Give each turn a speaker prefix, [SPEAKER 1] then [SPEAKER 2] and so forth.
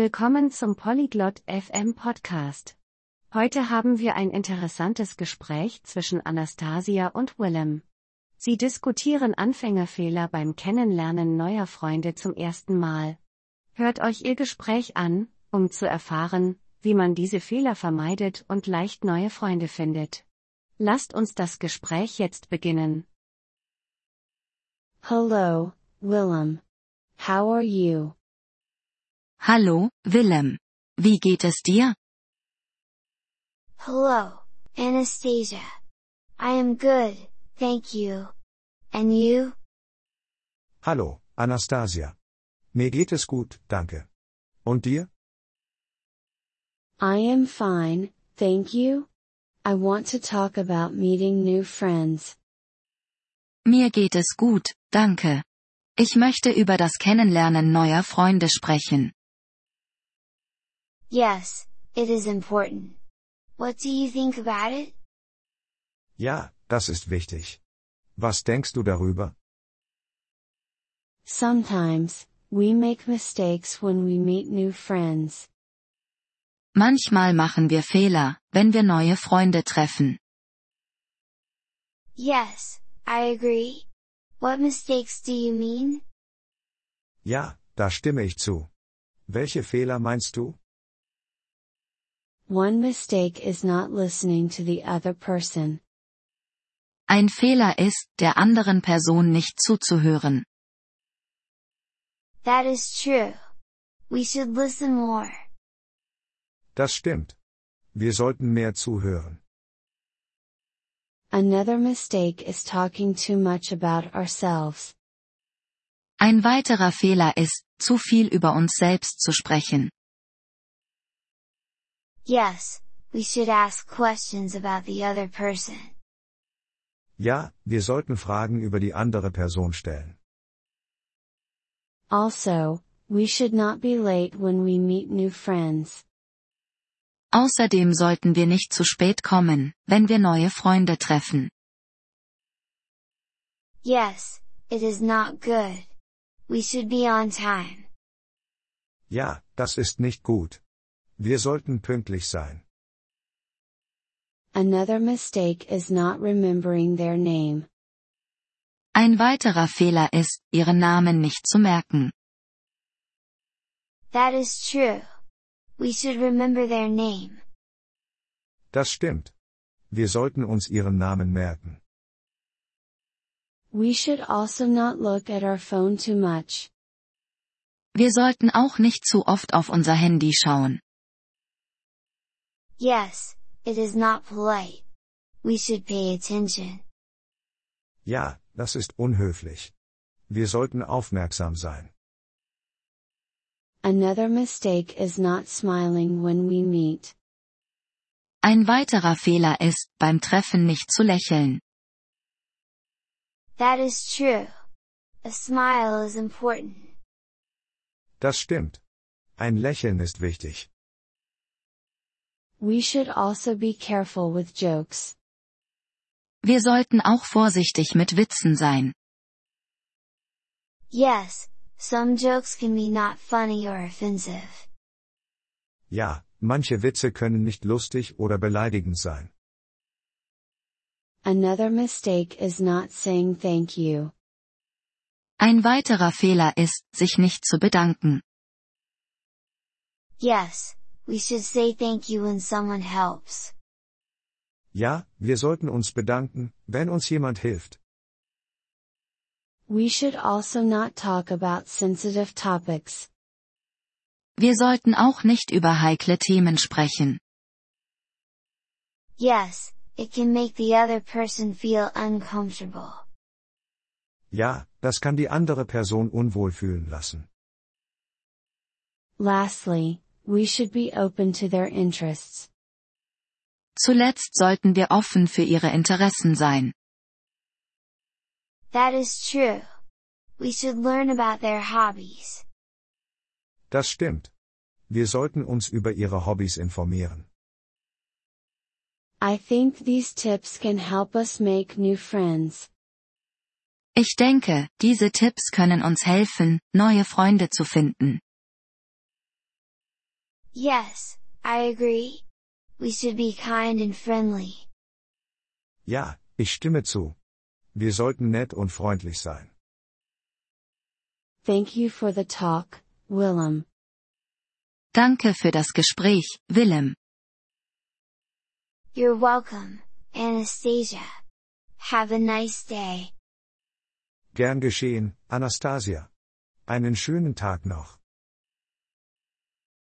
[SPEAKER 1] Willkommen zum Polyglot FM Podcast. Heute haben wir ein interessantes Gespräch zwischen Anastasia und Willem. Sie diskutieren Anfängerfehler beim Kennenlernen neuer Freunde zum ersten Mal. Hört euch ihr Gespräch an, um zu erfahren, wie man diese Fehler vermeidet und leicht neue Freunde findet. Lasst uns das Gespräch jetzt beginnen.
[SPEAKER 2] Hello, Willem. How are you?
[SPEAKER 3] Hallo, Willem. Wie geht es dir?
[SPEAKER 4] Hello, Anastasia. I am good, thank you. And you?
[SPEAKER 5] Hallo, Anastasia. Mir geht es gut, danke. Und dir?
[SPEAKER 2] I am fine, thank you. I want to talk about meeting new friends.
[SPEAKER 3] Mir geht es gut, danke. Ich möchte über das Kennenlernen neuer Freunde sprechen.
[SPEAKER 4] Yes, it is important. What do you think about it?
[SPEAKER 5] Ja, das ist wichtig. Was denkst du darüber?
[SPEAKER 2] Sometimes, we make mistakes when we meet new friends.
[SPEAKER 3] Manchmal machen wir Fehler, wenn wir neue Freunde treffen.
[SPEAKER 4] Yes, I agree. What mistakes do you mean?
[SPEAKER 5] Ja, da stimme ich zu. Welche Fehler meinst du?
[SPEAKER 2] One mistake is not listening to the other person.
[SPEAKER 3] Ein Fehler ist, der anderen Person nicht zuzuhören.
[SPEAKER 4] That is true. We should listen more.
[SPEAKER 5] Das stimmt. Wir sollten mehr zuhören.
[SPEAKER 2] Another mistake is talking too much about ourselves.
[SPEAKER 3] Ein weiterer Fehler ist, zu viel über uns selbst zu sprechen.
[SPEAKER 4] Yes, we should ask questions about the other person.
[SPEAKER 5] Ja, wir sollten Fragen über die andere Person stellen.
[SPEAKER 2] Also, we should not be late when we meet new friends.
[SPEAKER 3] Außerdem sollten wir nicht zu spät kommen, wenn wir neue Freunde treffen.
[SPEAKER 4] Yes, it is not good. We should be on time.
[SPEAKER 5] Ja, das ist nicht gut. Wir sollten pünktlich sein.
[SPEAKER 2] Another mistake is not remembering their name.
[SPEAKER 3] Ein weiterer Fehler ist, ihren Namen nicht zu merken.
[SPEAKER 4] That is true. We should remember their name.
[SPEAKER 5] Das stimmt. Wir sollten uns ihren Namen merken.
[SPEAKER 2] We should also not look at our phone too much.
[SPEAKER 3] Wir sollten auch nicht zu oft auf unser Handy schauen.
[SPEAKER 4] Yes, it is not polite. We should pay attention.
[SPEAKER 5] Ja, das ist unhöflich. Wir sollten aufmerksam sein.
[SPEAKER 2] Another mistake is not smiling when we meet.
[SPEAKER 3] Ein weiterer Fehler ist, beim Treffen nicht zu lächeln.
[SPEAKER 4] That is true. A smile is important.
[SPEAKER 5] Das stimmt. Ein Lächeln ist wichtig.
[SPEAKER 2] We should also be careful with jokes.
[SPEAKER 3] Wir sollten auch vorsichtig mit Witzen sein.
[SPEAKER 4] Yes, some jokes can be not funny or offensive.
[SPEAKER 5] Ja, manche Witze können nicht lustig oder beleidigend sein.
[SPEAKER 2] Another mistake is not saying thank you.
[SPEAKER 3] Ein weiterer Fehler ist, sich nicht zu bedanken.
[SPEAKER 4] Yes, we should say thank you when someone helps.
[SPEAKER 5] Ja, wir sollten uns bedanken, wenn uns jemand hilft.
[SPEAKER 2] We should also not talk about sensitive topics.
[SPEAKER 3] Wir sollten auch nicht über heikle Themen sprechen.
[SPEAKER 4] Yes, it can make the other person feel uncomfortable.
[SPEAKER 5] Ja, das kann die andere Person unwohl fühlen lassen.
[SPEAKER 2] Lastly, we should be open to their interests.
[SPEAKER 3] Zuletzt sollten wir offen für ihre Interessen sein.
[SPEAKER 4] That is true. We should learn about their hobbies.
[SPEAKER 5] Das stimmt. Wir sollten uns über ihre Hobbys informieren.
[SPEAKER 2] I think these tips can help us make new friends.
[SPEAKER 3] Ich denke, diese Tipps können uns helfen, neue Freunde zu finden.
[SPEAKER 4] Yes, I agree. We should be kind and friendly.
[SPEAKER 5] Ja, ich stimme zu. Wir sollten nett und freundlich sein.
[SPEAKER 2] Thank you for the talk, Willem.
[SPEAKER 3] Danke für das Gespräch, Willem.
[SPEAKER 4] You're welcome, Anastasia. Have a nice day.
[SPEAKER 5] Gern geschehen, Anastasia. Einen schönen Tag noch.